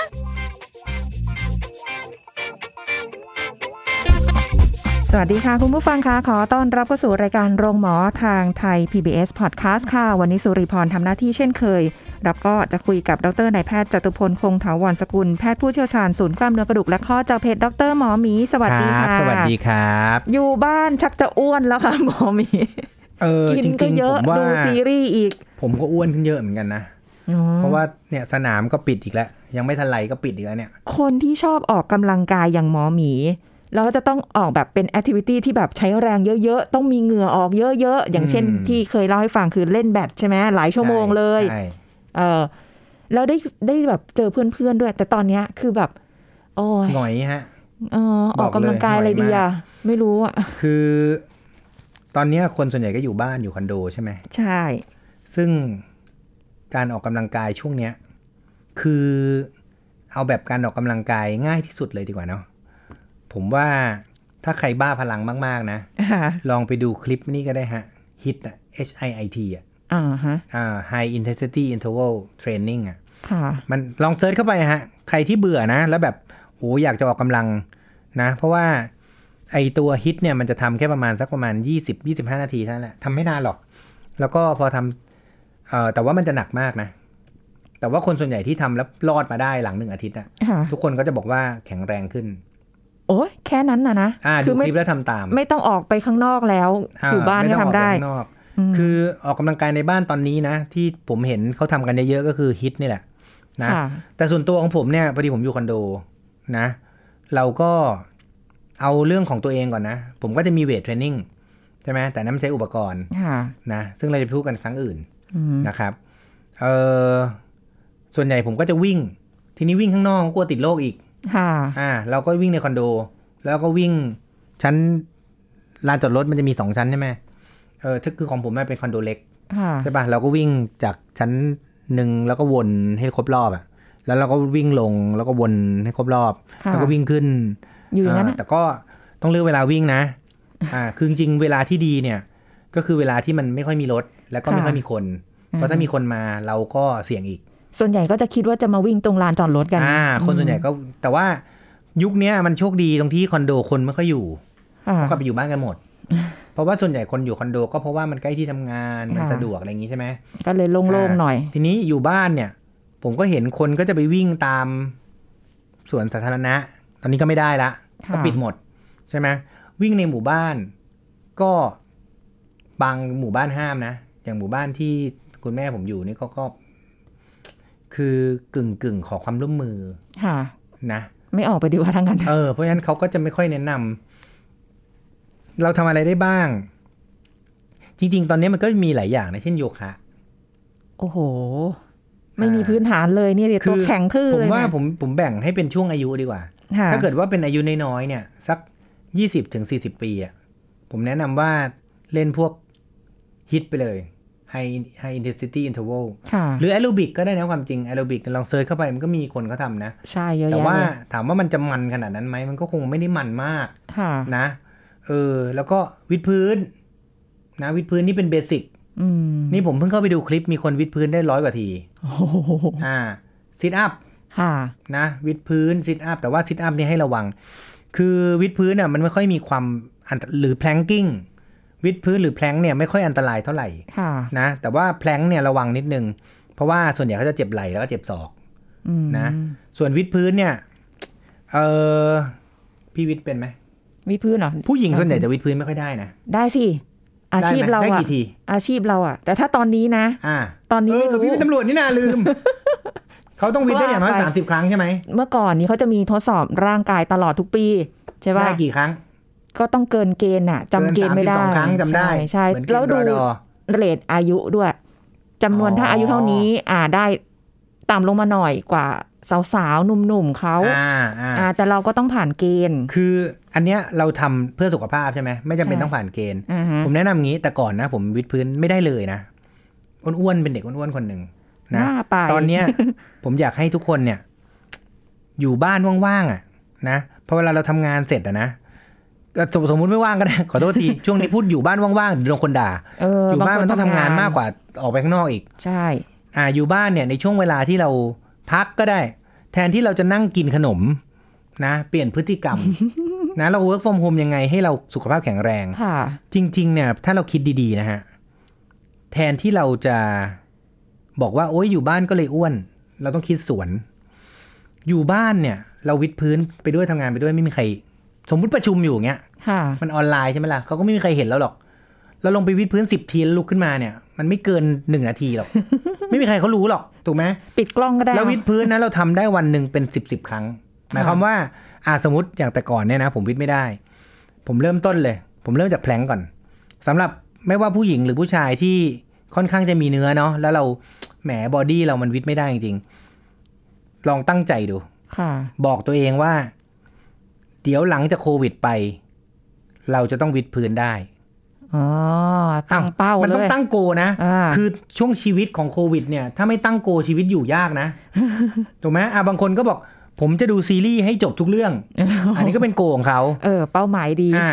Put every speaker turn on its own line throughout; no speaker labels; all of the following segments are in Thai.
ล
สวัสดีค่ะ คุณผู้ฟังคะขอต้อนรับเข้าสู่รายการโรงหมอทางไทย PBS Podcast ค่ะ วันนี้สุริพรทำหน้าที่เช่นเคย แล้วก็จะคุยกับดรนายแพทย์จตุพลคงถาวรสกุล แพทย์ผู้เชี่ยวชาญศูนย์กล้ามเนื้อกระดูกและข้อจากเพจดรหมอหมี สวัสดี
ครับ
ค่ะ
สวัสดีครับ
อยู่บ้านชักจะอ้วนแล้วค่ะ หมอหมี
เออจ
กินก็
ริงๆ
เย
ผ
อะ
มว่า
ดูซีรีส์อีก
ผมก็อ้วนขึ้นเยอะเหมือนกันนะ
อ๋อ
เพราะว่าเนี่ยสนามก็ปิดอีกแล้ว ยังไม่ทันไรก็ปิดอีกแล้วเนี่ย
คนที่ชอบออกกำลังกายอย่างหมอหมี แล้วก็จะต้องออกแบบเป็นแอคทิวิตี้ที่แบบใช้แรงเยอะๆ ต้องมีเหงื่อออกเยอะๆ อย่างเช่น
อืม
ที่เคยเล่าให้ฟังคือเล่นแบดใช่ไหมหลายชั่วโมงเลย
ใช่
เออแล้วได้ได้แบบเจอเพื่อนๆด้วย แต่ตอนเนี้ยคือแบบ โอ้ย
หงอยฮะ
เออออก
บอก
กำ
เลย
ลังกาย
หน่อย
อะไรดีอ่ะ ไม่รู้อ่ะ
คือ ตอนเนี้ยคนส่วนใหญ่ก็อยู่บ้านอยู่คอนโดใช่ไหม
ใช่
ซึ่งการออกกำลังกายช่วงเนี้ย คือเอาแบบการออกกำลังกายง่ายที่สุดเลยดีกว่าเนาะผมว่าถ้าใครบ้าพลังมากๆนะ
ค่ะ
ลองไปดูคลิปนี่ก็ได้ฮะฮิตอะ H I I T อะ
อ่าฮะ
อ่า high intensity interval training อ่ะ
ค่ะ
มันลองเซิร์ชเข้าไปฮะ ใครที่เบื่อนะ แล้วแบบโอ้อยากจะออกกำลังนะ เพราะว่าไอตัวฮิตเนี่ยมันจะทำแค่ประมาณสักประมาณ 20 25 นาทีเท่านั้นแหละทำไม่นานหรอก แล้วก็พอทำเอ่อแต่ว่ามันจะหนักมากนะ แต่ว่าคนส่วนใหญ่ที่ทำแล้วรอดมาได้หลังหนึ่งอาทิตย์อะ
ค่ะ
ทุกคนก็จะบอกว่าแข็งแรงขึ้น
โอ้ยแค่นั้นน่ะนะ
อ่า
คื
ดู
อไม่
คลิปแล้วทำตาม
ไม่ต้องออกไปข้างนอกแล้ว อยู่บ้าน
ม่
ก็
ต้ง
ทำ
ออป
ได้
ข้างนอก
อืม
คือออกกำลังกายในบ้านตอนนี้นะ ที่ผมเห็นเขาทำกันเยอะๆก็คือฮิตนี่แหละนะ
ค่ะ
แต่ส่วนตัวของผมเนี่ยพอดีผมอยู่คอนโดนะ เราก็เอาเรื่องของตัวเองก่อนนะ ผมก็จะมีเวทเทรนนิ่งใช่ไหมแต่นั้นมันใช้อุปกรณ์
ค่ะ
นะซึ่งเราจะพูดกันครั้งอื่น
อืม
นะครับเออส่วนใหญ่ผมก็จะวิ่ง ทีนี้วิ่งข้างนอกก็กลัวติดโรคอีก
ค่ะ
อ่า เราก็วิ่งในคอนโด แล้วก็วิ่งชั้นลานจอดรถมันจะมีสองชั้นใช่ไหมเออถ้าคือของผมมันเป็นคอนโดเล็ก
ค่ะ
ใช่ปะ่ะเราก็วิ่งจากชั้นหนึ่งแล้วก็วนให้ครบรอบอะแล้วเราก็วิ่งลงแล้วก็วนให้ครบรอบ
ค่ะ
แล้วก็วิ่งขึ้น
อยู่อย่างนั้น
เออ
น่ะ
แต่ก็ต้องเลือกเวลาวิ่งนะอ่าคือจริงๆเวลาที่ดีเนี่ย ก็คือเวลาที่มันไม่ค่อยมีรถ แล้วก็ไม่ค่อยมีคน เพราะถ้ามีคนมาเราก็เสี่ยงอีก
ส่วนใหญ่ก็จะคิดว่าจะมาวิ่งตรงลานจอดรถกัน
อ่าคนส่วนใหญ่ก็แต่ว่ายุคเนี้ยมันโชคดีตรงที่คอนโดคนไม่ค่อยอยู่
ค่ะ
เขากลับไปอยู่บ้านกันหมด เพราะว่าส่วนใหญ่คนอยู่คอนโดก็เพราะว่ามันใกล้ที่ทำงานมัน
ค่ะ
สะดวกอะไรอย่างงี้ใช่ไหม
ก็เลยโล่งๆหน่อย
ทีนี้อยู่บ้านเนี่ย ผมก็เห็นคนก็จะไปวิ่งตามสวนสาธารณะ ตอนนี้ก็ไม่ได้ละ
ค่ะ
ก็ปิดหมด ใช่ไหมวิ่งในหมู่บ้าน ก็บางหมู่บ้านห้ามนะ อย่างหมู่บ้านที่คุณแม่ผมอยู่นี่ก็ก็ คือกึ่งกึ่งๆขอความร่วมมือ
ค่ะ
นะ
ไม่ออกไปดีกว่าทั้งนั้น
เออเพราะฉะนั้นเขาก็จะไม่ค่อยแนะนำเราทำอะไรได้บ้าง จริง ๆ ตอนนี้มันก็มีหลายอย่างนะเช่นโยคะ
โอ้โห ไม่มีพื้นฐานเลยเนี่ยเดี๋ยว
คือ
ตัวแข็งทื่อ
ผม
เลย
ว่า
เนี่ย
ผมผมแบ่งให้เป็นช่วงอายุดีกว่า
ค่ะ
ถ้าเกิดว่าเป็นอายุน้อยๆเนี่ย สักยี่สิบถึงสี่สิบปีอ่ะผมแนะนำว่าเล่นพวกฮิตไปเลย high high intensity interval
ค่ะ
หรือแอโรบิกก็ได้นะความจริงแอโรบิกลองเซิร์ชเข้าไปมันก็มีคนเขาทำนะ
ใช่เยอะ
แต่
แยะ
ว่า
เลย
ถามว่ามันจะมันขนาดนั้นไหม มันก็คงไม่ได้มันมาก
ค่ะ
นะ เออ แล้วก็วิดพื้น นะวิดพื้นนี่เป็นเบสิก
อืม
นี่ผมเพิ่งเข้าไปดูคลิปมีคนวิดพื้นได้ร้อยกว่าที
โอ้โห
อ่าซิทอัพ
ค่ะ
นะวิดพื้นซิทอัพแต่ว่าซิทอัพนี่ยให้ระวัง คือวิดพื้นอ่ะมันไม่ค่อยมีความอันตหรือแพลงกิ้งวิดพื้นหรือแพลงเนี่ยไม่ค่อยอันตรายเท่าไหร่
ค่ะ
นะแต่ว่าแพลงเนี่ยระวังนิดนึง เพราะว่าส่วนใหญ่เขาจะเจ็บไหล่แล้วก็เจ็บศอก
อืม
นะ ส่วนวิดพื้นเนี่ยเออพี่วิดเป็นไหม
วิดพื้นเหรอ
ผู้หญิงส่วนใหญ่จะวิดพื้นไม่ค่อยได้นะ
ได้สิ อาชีพ
ได้ไหม
เรา
ได้
อะ
กี่ที
อาชีพเราอะแต่ถ้าตอนนี้นะ
อ่า
ตอน
เอ
นี้ไม่
อ
รู้
พี่เป็นตำรวจนี่นาลื ม เขาต้องวิดได้อย่างน้อย
ว่าไป
สามสิบครั้งใช่ไหม
เมื่อก่อนนี้เขาจะมีทดสอบร่างกายตลอดทุกปีใช่ป่ะ
ได้กี่ครั้ง
ก็ต้องเกินเกณฑ์อะจำเกณฑ์ไม่ได้
สาสิบสองครั้งจำได้
ใช่ใช่
เหมือนเกม
แล้วดู
รอดอ
เรทอายุด้วยจำนวน
อ๋อ
ถ้าอายุเท่านี้ อ่าได้ต่ำลงมาหน่อยกว่า สาวๆ หนุ่มๆเขา
อ่าอ่า
อ่าแต่เราก็ต้องผ่านเกณฑ์
คืออันเนี้ยเราทำเพื่อสุขภาพใช่ไหมไม่จำเป็น
ใช่
ต้องผ่านเกณฑ์
อ่าฮะ
ผมแนะนำงี้แต่ก่อนนะ ผมวิดพื้นไม่ได้เลยนะอ้วนๆเป็นเด็กอ้วนๆคนหนึ่งนะ
ว่าไป
ตอนเนี้ย ผมอยากให้ทุกคนเนี่ย อยู่บ้านว่างๆอ่ะ นะเพอเวลาเราทำงานเสร็จอะนะเอ่อสมสมมุติไม่ว่างก็ได้ ขอโทษที ช่วงนี้พูดอยู่บ้านว่างๆเดี๋ยวโดนคนด่า
เออ
อ
อยู่
บ้านมันต้องทำงานมากกว่าออกไปข้างนอกอีก
ใช่
อ่าอยู่บ้านเนี่ยในช่วงเวลาที่เราพักก็ได้ แทนที่เราจะนั่งกินขนมนะ เปลี่ยนพฤติกรรม นะเรา work from home ยังไงให้เราสุขภาพแข็งแรง
ค่ะ
จริง ๆ เนี่ย ถ้าเราคิดดีๆ นะฮะ แทนที่เราจะบอกว่า โอ๊ยอยู่บ้านก็เลยอ้วน เราต้องคิดสวน อยู่บ้านเนี่ย เราวิดพื้นไปด้วยทำงานไปด้วยไม่มีใคร สมมุติประชุมอยู่เงี้ย
ค่ะ
มันออนไลน์ใช่ไหมล่ะเขาก็ไม่มีใครเห็นเราหรอก เราลงไปวิดพื้นสิบทีแล้วลุกขึ้นมาเนี่ย มันไม่เกินหนึ่งนาทีหรอก ไม่มีใครเขารู้หรอก ถูกไหม
ปิดกล้องก็ได้
แล้ววิดพื้นนะเราทำได้วันหนึ่งเป็นสิบสิบครั้ง หมายความว่าอ่าสมมติอย่างแต่ก่อนเนี่ยนะ ผมวิดไม่ได้ ผมเริ่มต้นเลย ผมเริ่มจากแพลงก่อนสำหรับไม่ว่าผู้หญิงหรือผู้ชายที่ค่อนข้างจะมีเนื้อเนาะแล้วเราแหมบอดี้เรามันวิดไม่ได้จริงๆลองตั้งใจดู
ค่ะ
บอกตัวเองว่า เดี๋ยวหลังจากโควิดไป เราจะต้องวิดพื้นได้
อ๋อ ตั้งเป้า
อ้วมัน
เล
ต้อง
ย
ตั้งโกนะ
อ่า
คือช่วงชีวิตของโควิดเนี่ย ถ้าไม่ตั้งโกชีวิตอยู่ยากนะ ถูกไหมอ่ะบางคนก็บอก ผมจะดูซีรีส์ให้จบทุกเรื่อง อันนี้ก็เป็นโกของเขา
เออ เป้าหมายดี
อ่า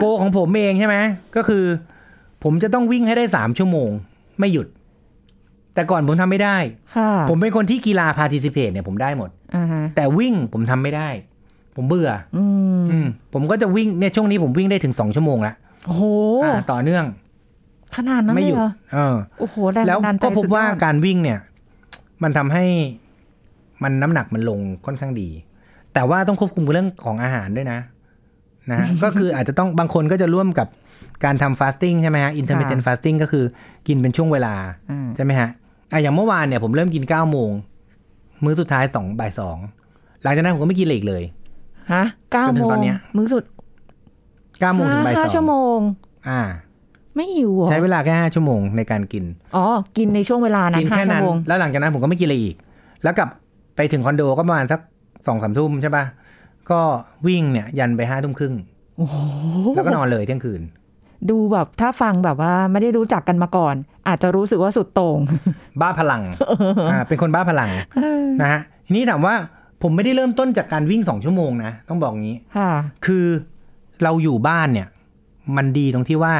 โกของผมเองใช่ไหมก็คือ ผมจะต้องวิ่งให้ได้สามชั่วโมง ไม่หยุด แต่ก่อนผมทำไม่ได้
ค่ะ
ผมเป็นคนที่กีฬาพาร์ทิซิเพตเนี่ยผมได้หมด
อ่าฮะ
แต่วิ่งผมทำไม่ได้ ผมเบื่อ
อืม
อืมผมก็จะวิ่งเนี่ยช่วงนี้ผมวิ่งได้ถึงสองชั่วโมงละ
โอ้โห
อ่าต่อเนื่อง
ขนาดนั้น
ไม่
เล
ห
ย
ยุด
เหรอ
เออ
โอ้โหแรง
แล้ว
บันดาลใจ
ก็พบ
สุดย
ว่า
อด
การวิ่งเนี่ย มันทำให้มันน้ำหนักมันลงค่อนข้างดี แต่ว่าต้องควบคุมเรื่องของอาหารด้วยนะ นะ ฮะ ก็คืออาจจะต้องบางคนก็จะร่วมกับการทำ fasting ใช่ไหมฮะ intermittent fasting ก็คือกินเป็นช่วงเวลา
อ่า
ใช่ไหมฮะอ่ะอย่างเมื่อวานเนี่ยผมเริ่มกินเก้าโมงมื้อสุดท้ายสองบ่ายสองหลังจากนั้นผมก็ไม่กินเลยอีกเลย
ฮะเก้า
จนถึ
โม
ง
ง
ตอนเนี้ย
มื้อสุด
เก้าโมงถึงบ่าย
ห้า
สอง
ชั่วโมง
อ่า
ไม่หิวเหรอ
ใช้เวลาแค่ห้าชั่วโมงในการกิน
อ๋อ กินในช่วงเวลานั้
กิ
น
น
ห้า
แค่
ชั่ว
นั้
น โมง
แล้วหลังจากนั้นผมก็ไม่กินอะไรอีก แล้วกลับไปถึงคอนโดก็ประมาณสักสองสามทุ่มใช่ปะก็วิ่งเนี่ยยันไปห้าทุ่มครึ่ง
โอ้โห
แล้วก็นอนเลยเที่ยงคืน
ดูแบบถ้าฟังแบบว่าไม่ได้รู้จักกันมาก่อน อาจจะรู้สึกว่าสุดโต่ง
บ้าพ ลังอ่าเป็นคนบ้าพลังนะฮะทีนี้ถามว่าผมไม่ได้เริ่มต้นจากการวิ่งสองชั่วโมงนะ ต้องบอกงี้
ค่ะ
คือเราอยู่บ้านเนี่ย มันดีตรงที่ว่า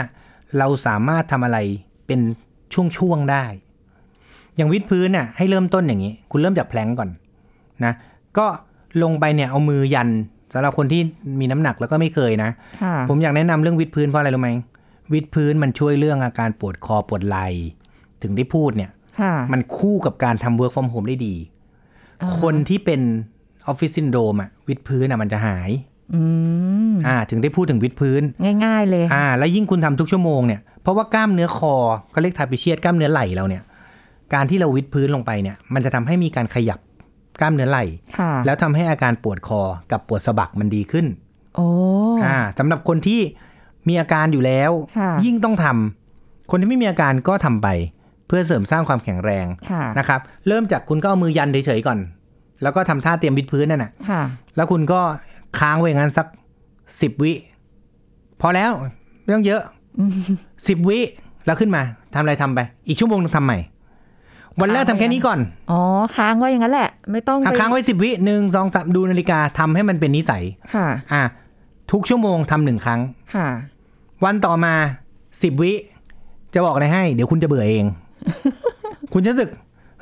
เราสามารถทำอะไรเป็นช่วงๆได้ อย่างวิดพื้นน่ะให้เริ่มต้นอย่างนี้ คุณเริ่มจากแพลงก่อนนะ ก็ลงไปเนี่ยเอามือยันสำหรับคนที่มีน้ำหนักแล้วก็ไม่เคยนะ
ค่ะ
ผมอยากแนะนำเรื่องวิดพื้นเพราะอะไรรู้ไหมวิดพื้นมันช่วยเรื่องอาการปวดคอปวดไหล่ถึงได้พูดเนี่ย
ค่ะ
มันคู่กับการทำ work from home ได้ดี
อ่า
คนที่เป็นออฟฟิศซินโดรมอะวิดพื้นอะมันจะหาย
อืม
อ่าถึงได้พูดถึงวิดพื้น
ง่ายๆเลย
อ่า แล้วยิ่งคุณทำทุกชั่วโมงเนี่ย เพราะว่ากล้ามเนื้อคอเขาเรียกทาปิเชียตกล้ามเนื้อไหล่เราเนี่ย การที่เราวิดพื้นลงไปเนี่ย มันจะทำให้มีการขยับกล้ามเนื้อไหล่
ค่ะ
แล้วทำให้อาการปวดคอกับปวดสะบักมันดีขึ้น
โอ้
อ่าสำหรับคนที่มีอาการอยู่แล้ว
ค่ะ
ยิ่งต้องทำ คนที่ไม่มีอาการก็ทำไป เพื่อเสริมสร้างความแข็งแรง
ค่ะ
นะครับ เริ่มจากคุณก็เอามือยันเฉยๆก่อน แล้วก็ทำท่าเตรียมวิดพื้นนั่นน่ะ
ค่ะ
แล้วคุณก็ค้างไว้อย่างนั้นสักสิบวิ พอแล้วไม่ต้องเยอะ สิบวิแล้วขึ้นมาทำอะไรทำไป อีกชั่วโมงนึงทำใหม่ วันแรกทำแค่นี้ก่อน
อ๋อ ค้างไว้อย่างนั้นแหละ ไม่ต้อง
อ่ะ
ไป
ค้างไว้สิบวิหนึ่งสองสามดูนาฬิกาทำให้มันเป็นนิสัย
ค่ะ
อ่ะทุกชั่วโมงทำหนึ่งครั้ง
ค่ะ
วันต่อมาสิบวิ จะบอกอะไรให้ เดี๋ยวคุณจะเบื่อเอง คุณจะรู้สึก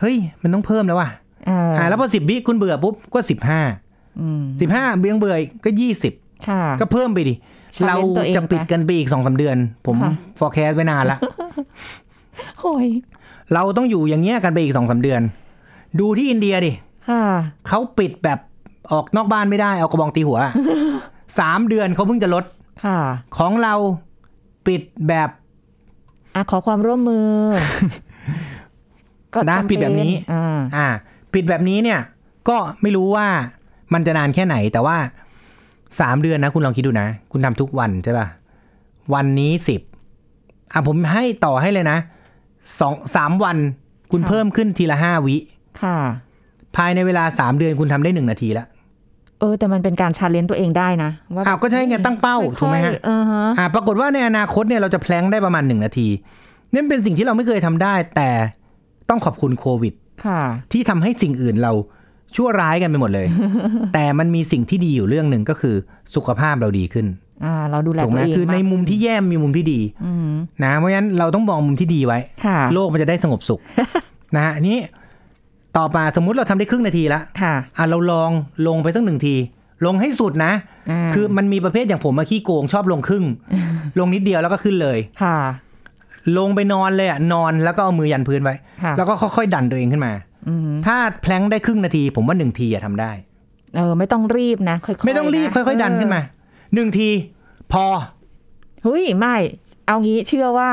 เฮ้ย มันต้องเพิ่มแล้วว่ะ
เออ
อ่ะ
อ่า
แล้วพอสิบวิคุณเบื่อปุ๊บก็สิบห้า
อืม
สิบห้าเบื่อเบื่ออีกก็ยี่สิบ
ค่ะ
ก็เพิ่มไปดิ
Challenge
เรา
ตัวเอง
จะปิดกันไปอีกสองสาเดือน ผม
ค่ะ
forecast ไว้นานละ
โอ้ย
เราต้องอยู่อย่างเงี้ยกันไปอีกสองสาเดือน ดูที่อินเดียดิ
ค่ะ
เขาปิดแบบออกนอกบ้านไม่ได้เอากระบองตีหั วอะ สามเดือนเขาเพิ่งจะลด
ค่ะ
ของเราปิดแบบ
อ่ะขอความร่วมมือ ก็
นะ
จำเป็
ปิดแบบนี้
อ่า
อ่า ปิดแบบนี้เนี่ย ก็ไม่รู้ว่ามันจะนานแค่ไหน แต่ว่าสามเดือนนะ คุณลองคิดดูนะ คุณทำทุกวันใช่ป่ะ วันนี้สิบอ่ะผมให้ต่อให้เลยนะสองสามวัน คุณ
ค่ะ
เพิ่มขึ้นทีละห้าวิ
ค่ะ
ภายในเวลาสามเดือนคุณทำได้หนึ่งนาทีละ
เออ แต่มันเป็นการชาเลนจ์ตัวเองได้นะว่า
อ้าวก็ใช่ไงตั้งเป้า
ค่อยๆ
ถูกไหมฮะ
เออฮะ
อ่าปรากฏว่าในอนาคตเนี่ยเราจะแพลงได้ประมาณหนึ่งนาทีนี่เป็นสิ่งที่เราไม่เคยทำได้ แต่ต้องขอบคุณโควิด
ค่ะ
ที่ทำให้สิ่งอื่นเราชั่วร้ายกันไปหมดเลย แต่มันมีสิ่งที่ดีอยู่เรื่องหนึ่งก็คือสุขภาพเราดีขึ้น
อ่า เราดูแล
ถูก
ตั
ไหม
วเอง
คือในมุมที่แย่มีมุมที่ดี
อืม
นะเพราะฉะนั้นเราต้องมองมุมที่ดีไว้
ค่ะ
โลกมันจะได้สงบสุ ข นะฮะอันนี้ต่อมาสมมุติเราทำได้ครึ่งนาทีละ
ค่ะ
อ่ะเราลองลงไปสักหนึ่งที ลงให้สุดนะ
า
คือมันมีประเภทอย่างผมมาขี้โกงชอบลง ครึ่ง ลงนิดเดียวแล้วก็ขึ้นเลย
ค่ะ
ลงไปนอนเลยอ่ะนอนแล้วก็เอามือยันพื้นไว้
ค่ะ
แล้วก็ค่อยๆดันตัวเองขึ้นมา
อืม
ถ้าแพลงได้ครึ่งนาที ผมว่าหนึ่งทีอะทำได้
เออ ไม่ต้องรีบนะ ค่อยๆ
ไม่ต้องรีบ
นะ
ค่อย ๆ ดันขึ้นมาหนึ่งที พอ
เฮ้ย ไม่ เอางี้เชื่อว่า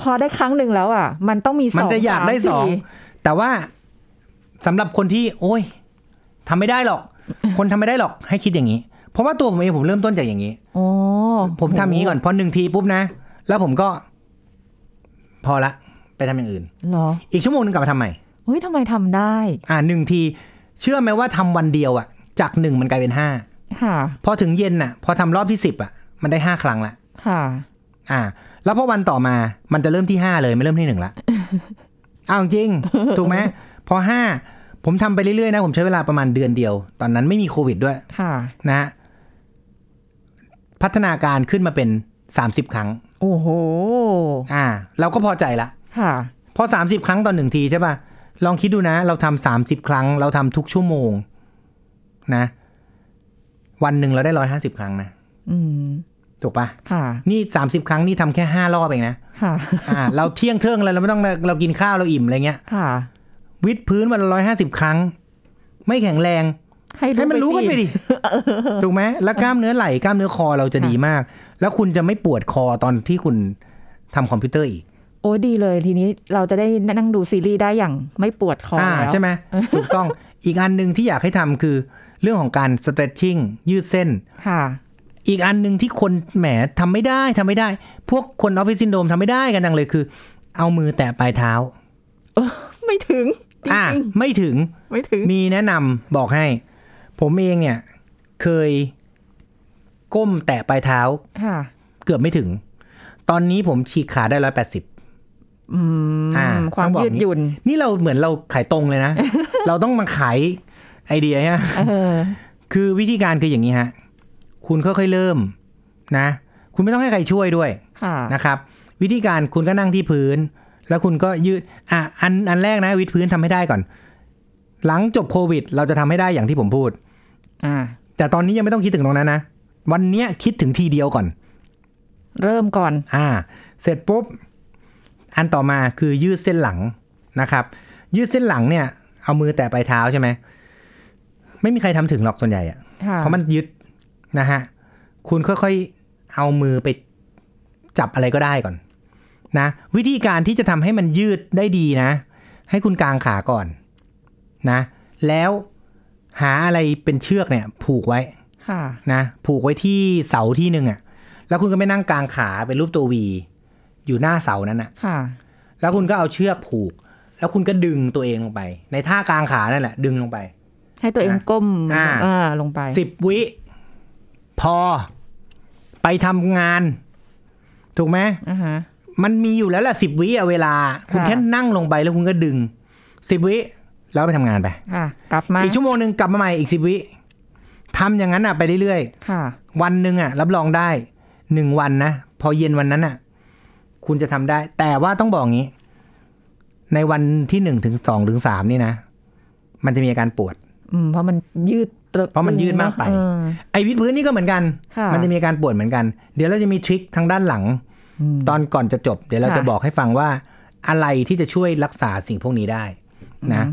พอได้ครั้งหนึ่งแล้วอ่ะ มันต้องมีสอง
มันจะอยากได้
สม
สองแต่ว่าสำหรับคนที่ โอ้ยทำไม่ได้หรอก คนทำไม่ได้หรอกให้คิดอย่างนี้ เพราะว่าตัวผมเองผมเริ่มต้นจากอย่างนี้
โอ้
ผมทำอย่างนี้ก่อนพอหนึ่งทีปุ๊บนะ แล้วผมก็ พอละ ไปทำอย่างอื่น
เหรอ
อีกชั่วโมงหนึงกลับมาทำใหม่
เฮ้ยทำไมทำได้
อ่าหนึ่งที เชื่อไหมว่าทำวันเดียวอะจากหนึ่งมันกลายเป็นห้า
ค่ะ
พอถึงเย็นน่ะ พอทำรอบที่สิบอะมันได้ห้าครั้งละ
ค่ะ
อ่า แล้วพอวันต่อมามันจะเริ่มที่ห้าเลยไม่เริ่มที่หนึ่งละ เอาจริงๆถูกไหมพอห้าผมทำไปเรื่อยๆนะ ผมใช้เวลาประมาณเดือนเดียว ตอนนั้นไม่มีโควิดด้วย
ค่ะ
นะฮะพัฒนาการขึ้นมาเป็นสามสิบครั้ง
โอ้โห
อ่า เราก็พอใจละ
ค่ะ
พอสามสิบครั้งต่อหนึ่งทีใช่ป่ะ ลองคิดดูนะ เราทำสามสิบครั้ง เราทำทุกชั่วโมง นะ วันหนึ่งเราได้ร้อยห้าสิบครั้งนะ
อืม
ถูกป่ะ
ค่ะ
นี่สามสิบครั้งนี่ทำแค่ห้ารอบเองนะ
ค่ะ
อ่า เราเที่ยงเทิงแล้วเราไม่ต้องเรากินข้าวเราอิ่มอะไรเงี้ย
ค่ะ
วิดพื้นวันละร้อยห้าสิบครั้ง ไม่แข็งแรง
ให้
ให้มันรู้กันไป
สิ
ดิ ถูกไหมแล้วกล้ามเนื้อไหล่กล้ามเนื้อคอเราจะดีมาก แล้วคุณจะไม่ปวดคอตอนที่คุณทำคอมพิวเตอร์อีก
โอ้ดีเลยทีนี้เราจะได้นั่งดูซีรีส์ได้อย่างไม่ปวดคออ
อ่า
แล้ว
ใช่ไหมถูกต้อง อีกอันหนึ่งที่อยากให้ทำคือเรื่องของการ stretching ยืดเส้น
ค่ะ
อีกอันหนึ่งที่คนแหมทำไม่ได้ทำไม่ได้ พวกคนออฟฟิศซินโดมทำไม่ได้กันดังเลยคือ เอามือแตะปลายเท้า
ไม่ถึง จ
อ่า
ริง
ไม่ถึง
ๆไม่ถึง
มีแนะนำบอกให้ ผมเองเนี่ย เคยก้มแตะปลายเท้า
ค่ะ
เกือบไม่ถึง ตอนนี้ผมฉีกขาได้ร้อยแปดสิบ
อืม
อ่า
ความ
ต้องบอก
ยืดหยุ่น
นี่เราเหมือนเราขายตรงเลยนะ เราต้องมาขายไอเดียฮะ
เออ
คือวิธีการคืออย่างนี้ฮะ คุณค่อยๆเริ่มนะ คุณไม่ต้องให้ใครช่วยด้วย
ค่ะ
นะครับ วิธีการคุณก็นั่งที่พื้น แล้วคุณก็ยืด อ่ะ อันอันแรกนะ วิดพื้นทำให้ได้ก่อน หลังจบโควิด เราจะทำให้ได้อย่างที่ผมพูด
อ่า
แต่ตอนนี้ยังไม่ต้องคิดถึงตรงนั้นนะ วันเนี้ยคิดถึงทีเดียวก่อน
เริ่มก่อน
อ่า เสร็จปุ๊บ อันต่อมาคือยืดเส้นหลังนะครับ ยืดเส้นหลังเนี่ย เอามือแตะปลายเท้าใช่ไหม ไม่มีใครทำถึงหรอกส่วนใหญ่อะ
ค่ะ
เพราะมันยึดนะฮะ คุณค่อยๆ เอามือไปจับอะไรก็ได้ก่อนนะ วิธีการที่จะทำให้มันยืดได้ดีนะ ให้คุณกางขาก่อนนะ แล้วหาอะไรเป็นเชือกเนี่ย ผูกไว้
ค่ะ
นะ ผูกไว้ที่เสาที่หนึ่งอะ่ะ แล้วคุณก็ไปนั่งกางขาเป็นรูปตัววี อยู่หน้าเสานั้นอ่ะ
ค่ะ
แล้วคุณก็เอาเชือกผูก แล้วคุณก็ดึงตัวเองลงไป ในท่ากางขานั่นแหละ ดึงลงไป
ให้ตัวเองก้ม
อ่า
อ่าลงไป
สิบวิ พอไปทำงาน ถูกไหม
อ่าฮะ
มันมีอยู่แล้วแหละสิบวิอะเวลา คุณแค่นั่งลงไปแล้วคุณก็ดึงสิบวิ แล้วไปทำงานไป
ค่ะ กลับมา
อีกชั่วโมงหนึ่งกลับมาใหม่อีกสิบวิทำอย่างนั้นอ่ะไปเรื่อย
ค่ะ
ๆ วันหนึ่งอ่ะ รับรองได้หนึ่งวันนะ พอเย็นวันนั้นอ่ะ คุณจะทำได้ แต่ว่าต้องบอกงี้ ในวันที่หนึ่งถึงสองถึงสามนี่นะ มันจะมีอาการปวด
อืม เพราะมันยืดต
เพราะมันยืดมากไป
เออ
ไอ้วิดพื้นนี่ก็เหมือนกัน
ค่ะ
มันจะมีอาการปวดเหมือนกัน เดี๋ยวเราจะมีทริคทางด้านหลัง
ม
ตอนก่อนจะจบ เดี๋ยวเรา
ค่ะ
จะบอกให้ฟังว่า อะไรที่จะช่วยรักษาสิ่งพวกนี้ได้นะ
อืม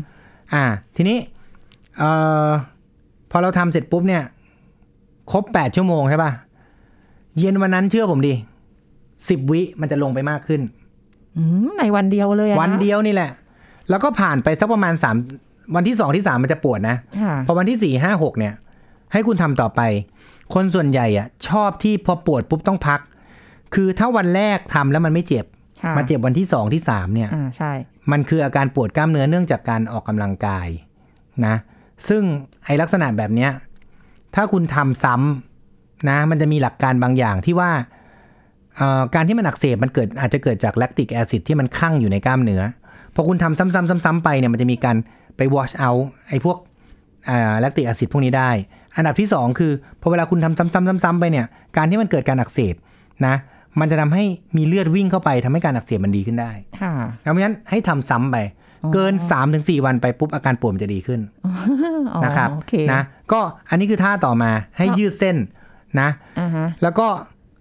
อ่า ทีนี้เอ่อพอเราทำเสร็จปุ๊บเนี่ย ครบแปดชั่วโมงใช่ป่ะ เย็นวันนั้นเชื่อผมดิสิบวิมันจะลงไปมากขึ้น
อืมในวันเดียวเลยอะะ
วันเดียวนี่แหละ แล้วก็ผ่านไปสักประมาณสามวันที่สองที่สามมันจะปวดนะ
ค่ะ
พอวันที่สี่ห้าหกเนี่ย ให้คุณทำต่อไป คนส่วนใหญ่อะชอบที่พอปวดปุ๊บต้องพัก คือถ้าวันแรกทำแล้วมันไม่เจ็บ
ค่ะ
มาเจ็บวันที่สองที่สามเนี่ย
อ่า ใช่
มันคืออาการปวดกล้ามเนื้อเนื่องจากการออกกำลังกาย นะ ซึ่งไอลักษณะแบบเนี้ย ถ้าคุณทำซ้ำนะ มันจะมีหลักการบางอย่างที่ว่าเอ่อการที่มันอักเสบมันเกิดอาจจะเกิดจากแลคติกแอซิดที่มันคั่งอยู่ในกล้ามเนื้อ พอคุณทำซ้ำๆซ้ำๆไปเนี่ยมันจะมีการไป wash out ไอ้พวกแลคติกแอซิดพวกนี้ได้ อันดับที่ 2 คือพอเวลาคุณทำซ้ำๆๆๆไปเนี่ย การที่มันเกิดการอักเสบนะ มันจะทำให้มีเลือดวิ่งเข้าไปทำให้การอักเสบมันดีขึ้นได้
ค่ะ
เพราะฉะนั้นให้ทำซ้ำไป
อ๋อ
เกิน 3-4 วันไปปุ๊บอาการปวดมันจะดีขึ้น
อ๋อ
นะครับ
โอเค
นะก็อันนี้คือท่าต่อมาให้ยืดเส้นนะ
อ่าฮะ
แล้วก็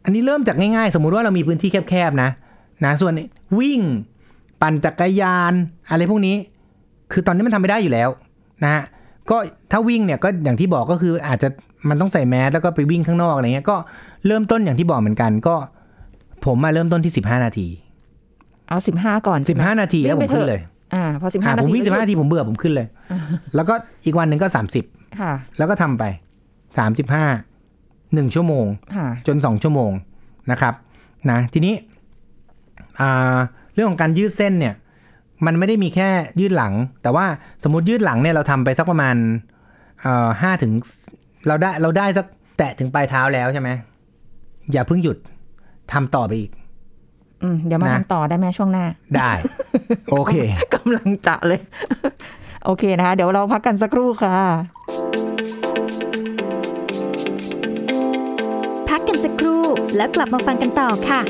อันนี้เริ่มจากง่ายๆ สมมุติว่าเรามีพื้นที่แคบๆนะนะส่วนวิ่ง ปั่นจักรยาน อะไรพวกนี้ คือตอนนี้มันทำไม่ได้อยู่แล้วนะฮะก็ถ้าวิ่งเนี่ยก็อย่างที่บอกก็คืออาจจะมันต้องใส่แมสแล้วก็ไปวิ่งข้างนอกอะไรเงี้ยก็เริ่มต้นอย่างที่บอกเหมือนกันก็ ผมมาเริ่มต้นที่ 15 นาที
เอาสิบห้าก่อนใช่ไหม
15 นาทีแล้วผ
วิ่ง
ม
ไปเถอะ
ขึ้นเลย
อ่าพอสิบห้า
อ่ะ
นา
ผม
ที
วิ่ง15นาทีผมเบื่อผมขึ้นเลย แล้วก็อีกวันหนึ่งก็ 30
ค่ะ
แล้วก็ทำไปสามสิบห้าหนึ่งชั่วโมง
ค่ะ
จนสองชั่วโมงนะครับนะทีนี้อ่าเรื่องของการยืดเส้นเนี่ย มันไม่ได้มีแค่ยืดหลัง แต่ว่าสมมติยืดหลังเนี่ยเราทำไปสักประมาณห้าถึงเราได้เราได้สักแตะถึงปลายเท้าแล้วใช่ไหมอย่าเพิ่งหยุดทำต่อไปอีก
อืมเดี๋ยวมา
นะ
ทำต่อได้ไหมช่วงหน้า
ได้ โอเค
กำลังจะเลย โอเคนะคะ เดี๋ยวเราพักกันสักครู่ค่ะ
พักกันสักครู่แล้วกลับมาฟังกันต่อค่ะ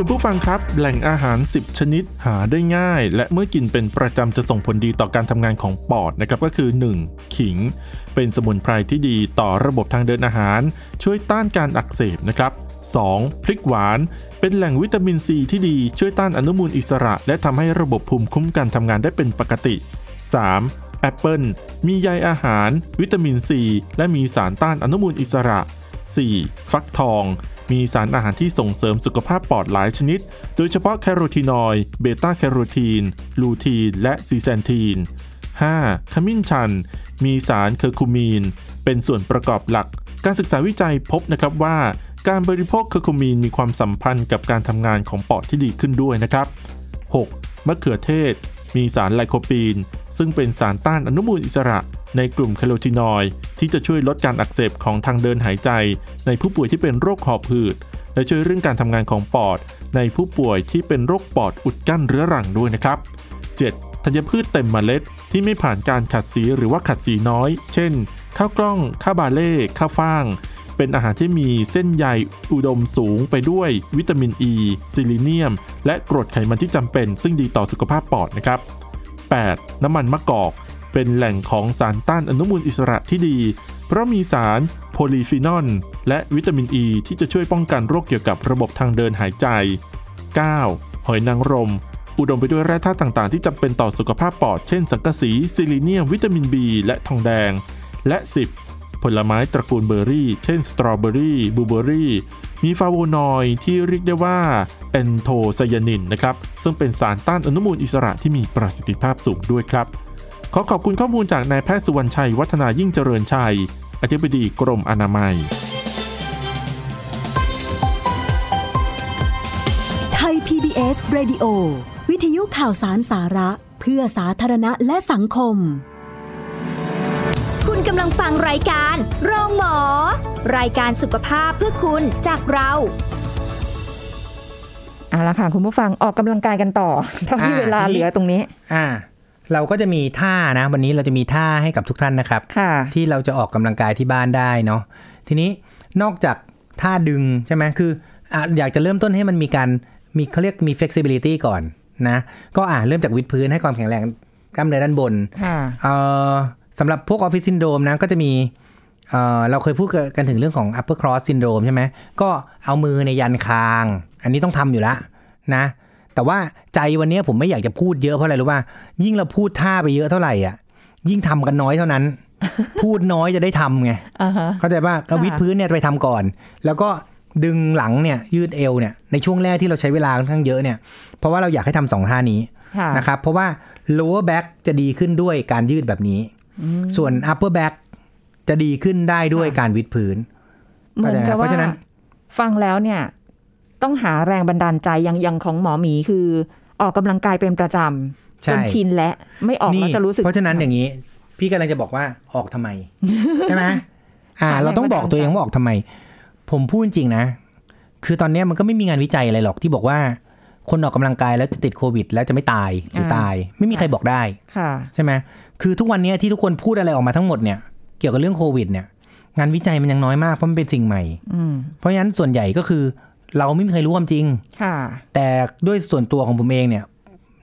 คุณผู้ฟังครับ แหล่งอาหาร 10 ชนิดหาได้ง่าย และเมื่อกินเป็นประจำจะส่งผลดีต่อการทำงานของปอดนะครับก็คือ 1. ขิง เป็นสมุนไพรที่ดีต่อระบบทางเดินอาหาร ช่วยต้านการอักเสบนะครับ 2. พริกหวาน เป็นแหล่งวิตามินซีที่ดีช่วยต้านอนุมูลอิสระ และทำให้ระบบภูมิคุ้มกันทำงานได้เป็นปกติ 3. แอปเปิลมีใยอาหาร วิตามินซี และมีสารต้านอนุมูลอิสระ 4. ฟักทอง มีสารอาหารที่ส่งเสริมสุขภาพปอดหลายชนิด โดยเฉพาะแคโรทีนอยด์เบต้าแคโรทีน ลูทีน และซีแซนทีน 5. ขมิ้นชัน มีสารเคอร์คูมีน เป็นส่วนประกอบหลัก การศึกษาวิจัยพบนะครับว่า การบริโภคเคอร์คูมีนมีความสัมพันธ์กับการทำงานของปอดที่ดีขึ้นด้วยนะครับ 6. มะเขือเทศ มีสารไลโคปีน ซึ่งเป็นสารต้านอนุมูลอิสระ ในกลุ่มแคโรทีนอยด์ที่จะช่วยลดการอักเสบของทางเดินหายใจ ในผู้ป่วยที่เป็นโรคหอบหืด และช่วยเรื่องการทำงานของปอด ในผู้ป่วยที่เป็นโรคปอดอุดกั้นเรื้อรังด้วยนะครับ 7. ธัญพืชเต็มเมล็ด ที่ไม่ผ่านการขัดสีหรือว่าขัดสีน้อย เช่น ข้าวกล้อง ข้าวบาเล่ ข้าวฟ่าง เป็นอาหารที่มีเส้นใยอุดมสูงไปด้วยวิตามินอ e, ีซิลิเนียม และกรดไขมันที่จำเป็น ซึ่งดีต่อสุขภาพปอดนะครับ 8. น้ำมันมะกอก เป็นแหล่งของสารต้านอนุมูลอิสระที่ดี เพราะมีสารโพลีฟีนอลและวิตามินอ e ีที่จะช่วยป้องกันโรคเกี่ยวกับระบบทางเดินหายใจ 9. หอยนางรม อุดมไปด้วยแร่ธาตุต่างๆ ที่จำเป็นต่อสุขภาพปอด เช่น สังกะสี ซิลิเนียม วิตามิน B และทองแดง และ 10 ผลไม้ตระกูลเบอร์รี่ เช่น สตรอเบอรี่บลูเบอรี่ มีฟลาโวนอยด์ที่เรียกได้ว่าแอนโทไซยานินนะครับ ซึ่งเป็นสารต้านอนุมูลอิสระที่มีประสิทธิภาพสูงด้วยครับ ขอขอบคุณข้อมูลจากนายแพทย์สุวรรณชัย วัฒนายิ่งเจริญชัย อธิบดีกรมอนามัย
ไทย PBS Radio วิทยุข่าวสารสาระ เพื่อสาธารณะและสังคม
คุณกำลังฟังรายการโรงหมอ รายการสุขภาพเพื่อคุณจากเรา
เอาละค่ะ คุณผู้ฟังออกกำลังกายกันต่อ เท่าที่
อ่า
เวลา
ทีนี้
เหลือตรงนี้
อ่า เราก็จะมีท่านะ วันนี้เราจะมีท่าให้กับทุกท่านนะครับ
ค่ะ
ที่เราจะออกกำลังกายที่บ้านได้เนาะทีนี้นอกจากท่าดึงใช่ไหมคืออ่ะอยากจะเริ่มต้นให้มันมีการมีเขาเรียกมี flexibility ก่อนนะ ก็อ่าเริ่มจากวิดพื้นให้ความแข็งแรงกล้ามเนื้อด้านบน
ค่ะ
เอ่อสำหรับพวกออฟฟิศซินโดรมนะก็จะมีเอ่อเราเคยพูดกันถึงเรื่องของ upper cross syndrome ใช่ไหมก็เอามือในยยันคาง อันนี้ต้องทำอยู่ละนะ แต่ว่าใจวันนี้ผมไม่อยากจะพูดเยอะเพราะอะไรรู้ป่ะยิ่งเราพูดท่าไปเยอะเท่าไหร่อ่ะยิ่งทำกันน้อยเท่ านั้น พูดน้อยจะได้ทำไง
อ่าฮะ
เข้าใจป่ะก็วิดพื้นเนี่ยไปทำก่อน แล้วก็ดึงหลังเนี่ยยืดเอวเนี่ยในช่วงแรกที่เราใช้เวลาค่อนข้างเยอะเนี่ยเพราะว่าเราอยากให้ทำสองท่านี้
ค่ะ
นะครับเพราะว่า lower back จะดีขึ้นด้วยการยืดแบบนี้ ส่วน upper back จะดีขึ้นได้ด้วยการวิดพื้น
เหมือนกับ
เพ
ว่า
ราะฉะนั้น
ฟังแล้วเนี่ย ต้องหาแรงบันดาลใจอย่างอย่างของหมอหมีคือ ออกกำลังกายเป็นประจำจ
ใช่
นชินและไม่ออกแล้วจะรู้สึก
เพราะฉะนั้นอย่างนี้ พี่กำลังจะบอกว่าออก ทำไม ใช่ไหมอ่า
หาแรง
เราต้องบอกตัวเอง
บันดาลใจ
ว่าออกทำไม ผมพูดจริงนะ คือตอนเนี้ยมันก็ไม่มีงานวิจัยอะไรหรอกที่บอกว่า คนออกกำลังกายแล้วจะติดโควิด แล้วจะไม่ตายหรือตาย ไม่มีใครบอกได้
ค่ะ
ใช่ไหมคือทุกวันเนี้ยที่ทุกคนพูดอะไรออกมาทั้งหมดเนี่ย เกี่ยวกับเรื่องโควิดเนี่ย งานวิจัยมันยังน้อยมากเพราะมันเป็นสิ่งใหม่
อืม
เพราะฉะนั้นส่วนใหญ่ก็คือ เราไม่มีใครรู้ความจริง
ค่ะ
แต่ด้วยส่วนตัวของผมเองเนี่ย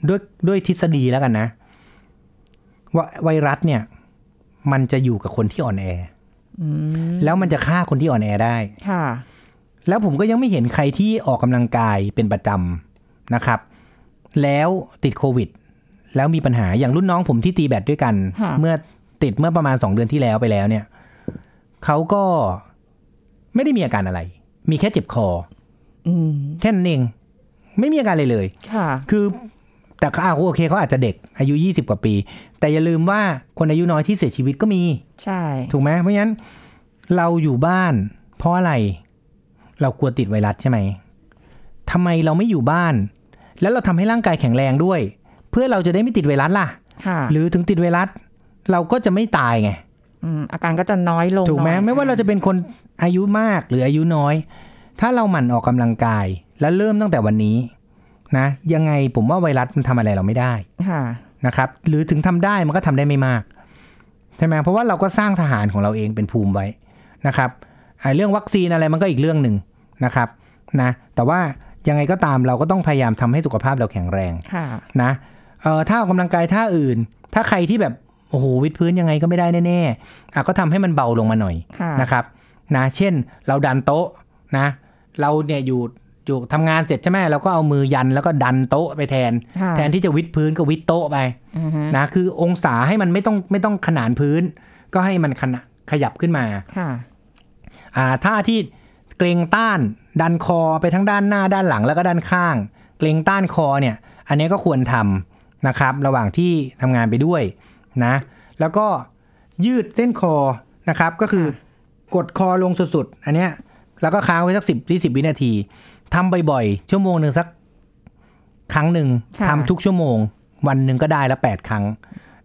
ด้วยด้วยทฤษฎีแล้วกันนะว่าไวรัสเนี่ย มันจะอยู่กับคนที่อ่อนแออแล้วมันจะฆ่าคนที่อ่อนแอได้
ค่ะ
แล้วผมก็ยังไม่เห็นใครที่ออกกำลังกายเป็นประจำนะครับ แล้วติดโควิด แล้วมีปัญหาอย่างรุ่นน้องผมที่ตีแบดด้วยกัน
ค่ะ
เมื่อติดเมื่อประมาณสองเดือนที่แล้วไปแล้วเนี่ยเขาก็ไม่ได้มีอาการอะไร มีแค่เจ็บคอ
อืม
แค่นั้นเอง ไม่มีอาการเลยเลย
ค่ะ
คือแต่ก็อ่ะโอเคเขาอาจจะเด็กอายุ 20 กว่าปี แต่อย่าลืมว่าคนอายุน้อยที่เสียชีวิตก็มี
ใช่
ถูกไหมเพราะฉะนั้นเราอยู่บ้าน เพราะอะไร เรากลัวติดไวรัสใช่ไหมทำไมเราไม่อยู่บ้าน แล้วเราทำให้ร่างกายแข็งแรงด้วย เพื่อเราจะได้ไม่ติดไวรัสล่ะ
ค่ะ
หรือถึงติดไวรัส เราก็จะไม่ตายไง
มอาการก็จะน้อยลง
ถูกไหม
น่อย
ไม่ว่าเราจะเป็นคนอายุมากหรืออายุน้อย ถ้าเราหมั่นออกกำลังกาย และเริ่มตั้งแต่วันนี้นะยังไงผมว่าไวรัสมันทำอะไรเราไม่ได้
ค่ะ
นะครับ หรือถึงทำได้มันก็ทำได้ไม่มากใช่ไหมเพราะว่าเราก็สร้างทหารของเราเองเป็นภูมิไว้นะครับอ่าเรื่องวัคซีนอะไรมันก็อีกเรื่องหนึ่งนะครับนะแต่ว่ายังไงก็ตามเราก็ต้องพยายามทำให้สุขภาพเราแข็งแรง
ค่ะ
นะเอ่อถ้าออกกำลังกายท่าอื่น ถ้าใครที่แบบโอ้โหวิดพื้นยังไงก็ไม่ได้แน่ๆอ่ะก็ทำให้มันเบาลงมาหน่อย
ค่ะ
นะครับนะเช่นเราดันโต๊ะนะเราเนี่ยอยู่อยู่ทำงานเสร็จใช่ไหมเราก็เอามือยันแล้วก็ดันโต๊ะไปแทน
ค่ะ
แทนที่จะวิดพื้นก็วิดโต๊ะไป
อือฮึ
นะคือองศาให้มันไม่ต้องไม่ต้องขนานพื้น ก็ให้มันขนะขยับขึ้นมา
ค่ะ
อ่าท่าที่เกรงต้านดันคอไปทั้งด้านหน้าด้านหลังแล้วก็ด้านข้าง เกรงต้านคอเนี่ย อันนี้ก็ควรทำนะครับ ระหว่างที่ทำงานไปด้วยนะ แล้วก็ยืดเส้นคอนะครับ ก็คือกดคอลงสุดๆอันเนี้ยแล้วก็ค้างไว้สักสิบที่สิบวินาทีทำบ่อยๆชั่วโมงหนึ่งสักครั้งหนึ่ง
ค่ะ
ทำทุกชั่วโมง วันหนึ่งก็ได้ละแปดครั้ง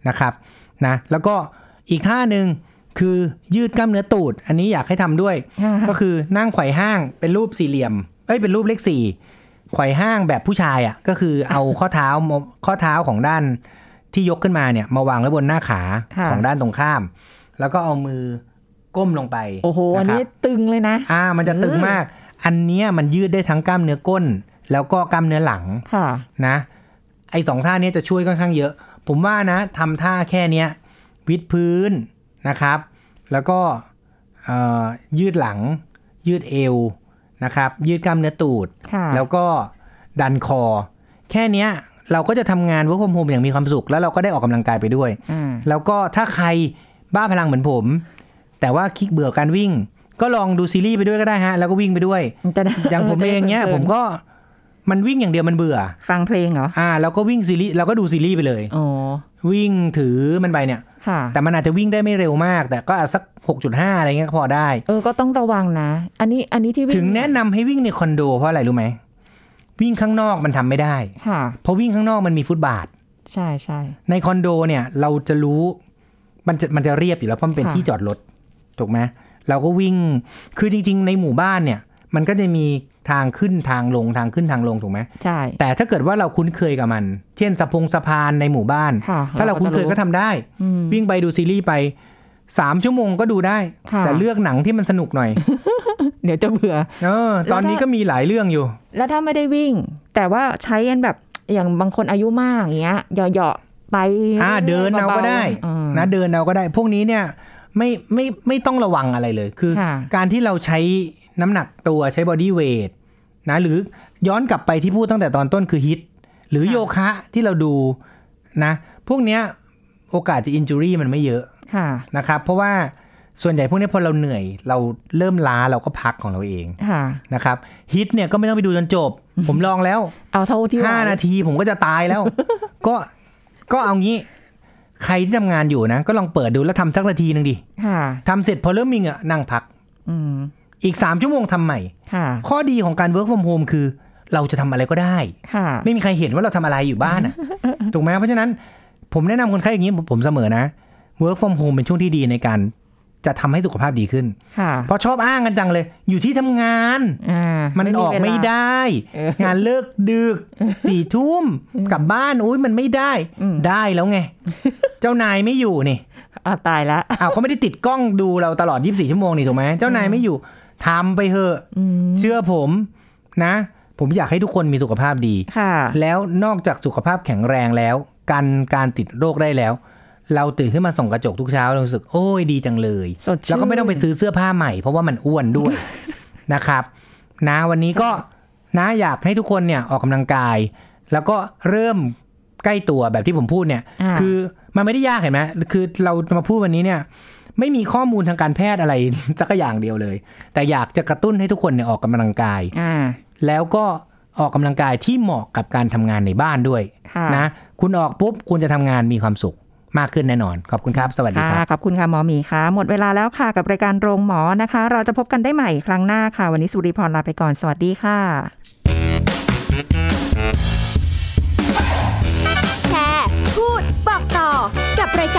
นะครับนะแล้วก็อีกท่าหนึ่งคือยืดกล้ามเนื้อตูด อันนี้อยากให้ทำด้วย
ค่ะ
ก็คือนั่งไขว่ห้างเป็นรูปสี่เหลี่ยม เอ้ยเป็นรูปเลขสี่ไขว่ห้างแบบผู้ชายอ่ะก็คือเอา ข้อเท้า มาข้อเท้าของด้านที่ยกขึ้นมาเนี่ย มาวางไว้บนหน้าขา
ค่ะ
ของด้านตรงข้าม แล้วก็เอามือก้มลงไป
โอ้โห อัน
นะครับ
นี้ตึงเลยนะ
อ่ามันจะตึงมาก อันเนี้ยมันยืดได้ทั้งกล้ามเนื้อก้น แล้วก็กล้ามเนื้อหลัง
ค่ะ
นะไอ้สองท่าเนี้ยจะช่วยค่อนข้างเยอะ ผมว่านะทำท่าแค่เนี้ยวิดพื้นนะครับ แล้วก็เอ่อยืดหลัง ยืดเอวนะครับ ยืดกล้ามเนื้อตูด
ค่ะ
แล้วก็ดันคอ แค่เนี้ยเราก็จะทำงาน work from home อย่างมีความสุข แล้วเราก็ได้ออกกำลังกายไปด้วย
อืม
แล้วก็ถ้าใครบ้าพลังเหมือนผม แต่ว่าคิกเบื่อการวิ่ง ก็ลองดูซีรีส์ไปด้วยก็ได้ฮะแล้วก็วิ่งไปด้วย
มันจะได้
อย่างผมเองเนี้ยผมก็มันวิ่งอย่างเดียวมันเบื่อ
ฟังเพลงเหรอ
อ่าเราก็วิ่งซีรีส์เราก็ดูซีรีส์ไปเลย
อ๋อ
วิ่งถือมันไปเนี่ย
ค่ะ
แต่มันอาจจะวิ่งได้ไม่เร็วมาก แต่ก็อาจสัก 6.5 อะไรเงี้ยก็พอได้
เออ ก็ต้องระวังนะ อันนี้ อันนี้ที่วิ่ง
ถึงแนะนำให้วิ่งในคอนโดเพราะอะไรรู้ไหม วิ่งข้างนอกมันทำไม่ได้
ค่ะ
เพราะวิ่งข้างนอกมันมีฟุตบาท
ใช่ใช่
ในคอนโดเนี่ยเราจะรู้มันจะมันจะเรียบอยู่แล้วเพราะมันเป็น
ค่ะ
ที่จอดรถถูกไหมเราก็วิ่งคือจริง ๆ ในหมู่บ้านเนี่ย มันก็จะมีทางขึ้นทางลงทางขึ้นทางลงถูกไหม
ใช่
แต่ถ้าเกิดว่าเราคุ้นเคยกับมัน เช่นสะพงสะพานในหมู่บ้าน
ค่ะ
ถ้าเราคุ้นเคยก็ทำได้
อืม
วิ่งไปดูซีรีส์ไปสามชั่วโมงก็ดูได้
ค่ะ
แต่เลือกหนังที่มันสนุกหน่อย
เดี๋ยวจะเบื่อ
เออ ตอนนี้ก็มีหลายเรื่องอยู่
แล้วถ้าไม่ได้วิ่ง แต่ว่าใช้กันแบบอย่างบางคนอายุมากอย่างเงี้ยเหยาะๆไป
อ่าเดินเอาก็ได้
บๆ
นะ
อ่า
เดินเอาก็ได้ พวกนี้เนี่ยไม่ไม่ไม่ต้องระวังอะไรเลย คือ
ค่ะ
การที่เราใช้น้ำหนักตัวใช้บอดี้เวทนะหรือย้อนกลับไปที่พูดตั้งแต่ตอนต้นคือฮิตหรือโยคะที่เราดูนะ พวกเนี้ยโอกาสจะอินจูรี่มันไม่เยอะ
ค่ะ
นะครับเพราะว่าส่วนใหญ่พวกนี้พอเราเหนื่อย เราเริ่มล้าเราก็พักของเราเอง
ค่ะ
นะครับฮิตเนี่ยก็ไม่ต้องไปดูจนจ บ ผมลองแล้ว
เอาเท่าที่ไหว
5 นาทีผมก็จะตายแล้ว ก็ก็เอางี้ ใครที่ทำงานอยู่นะ ก็ลองเปิดดูแล้วทำสักนาทีหนึ่งดิ
ค่ะ
ทำเสร็จพอเริ่มมีเหงอะนั่งพัก
อืม
อีก 3 ชั่วโมงทำใหม่
ค่ะ
ข้อดีของการ work from home คือ เราจะทำอะไรก็ได้
ค่ะ
ไม่มีใครเห็นว่าเราทำอะไรอยู่บ้าน อ่ะ ถูกไหมเพราะฉะนั้น ผมแนะนำคนไข้อย่างนี้ผมผมเสมอนะ work from home เป็นช่วงที่ดีในการ จะทำให้สุขภาพดีขึ้น
ค่ะ
เพราะชอบอ้างกันจังเลย อยู่ที่ทำงาน
อ่า
มันออกไม่
เวลา
ได้
เออง
านเลิกดึกสี่ทุ่มกลับบ้านอุ้ยมันไม่ได้
อืม
ได้แล้ว ไง เจ้านายไม่อยู่นี่
อ่าตายละ
อ้าวเขาไม่ได้ติดกล้องดูเราตลอด 24 ชั่วโมงนี่ถูกไหมเจ้านายไม่อยู่ทำไปเถอะ
อืม
เชื่อผมนะ ผมอยากให้ทุกคนมีสุขภาพดี
ค่ะ
แล้วนอกจากสุขภาพแข็งแรงแล้ว กันการติดโรคได้แล้ว เราตื่นขึ้นมาส่องกระจกทุกเช้าเรารู้สึกโอ้ยดีจังเลย
สดชื่น
แล้วก็ไม่ต้องไปซื้อเสื้อผ้าใหม่ เพราะว่ามันอ้วนด้วย นะครับ นะวันนี้ก็นะอยากให้ทุกคนเนี่ยออกกำลังกาย แล้วก็เริ่มใกล้ตัวแบบที่ผมพูดเนี่ย
อ่า
คือมันไม่ได้ยากเห็นไหมคือเรามาพูดวันนี้เนี่ย ไม่มีข้อมูลทางการแพทย์อะไร สักอย่างเดียวเลย แต่อยากจะกระตุ้นให้ทุกคนเนี่ยออกกำลังกาย
อ่า
แล้วก็ออกกำลังกายที่เหมาะกับการทำงานในบ้านด้วย
ค่ะ
นะ คุณออกปุ๊บ คุณจะทำงานมีความสุขมากขึ้นแน่นอน ขอบคุณครับ สวัสดีครับ
ค่ะขอบคุณค่ะหมอหมีค่ะ หมดเวลาแล้วค่ะกับรายการโรงหมอนะคะ เราจะพบกันได้ใหม่ครั้งหน้าค่ะ วันนี้สุริพรลาไปก่อน สวัสดีค่ะ
แชร์ พูด บอกต่อ กับรายก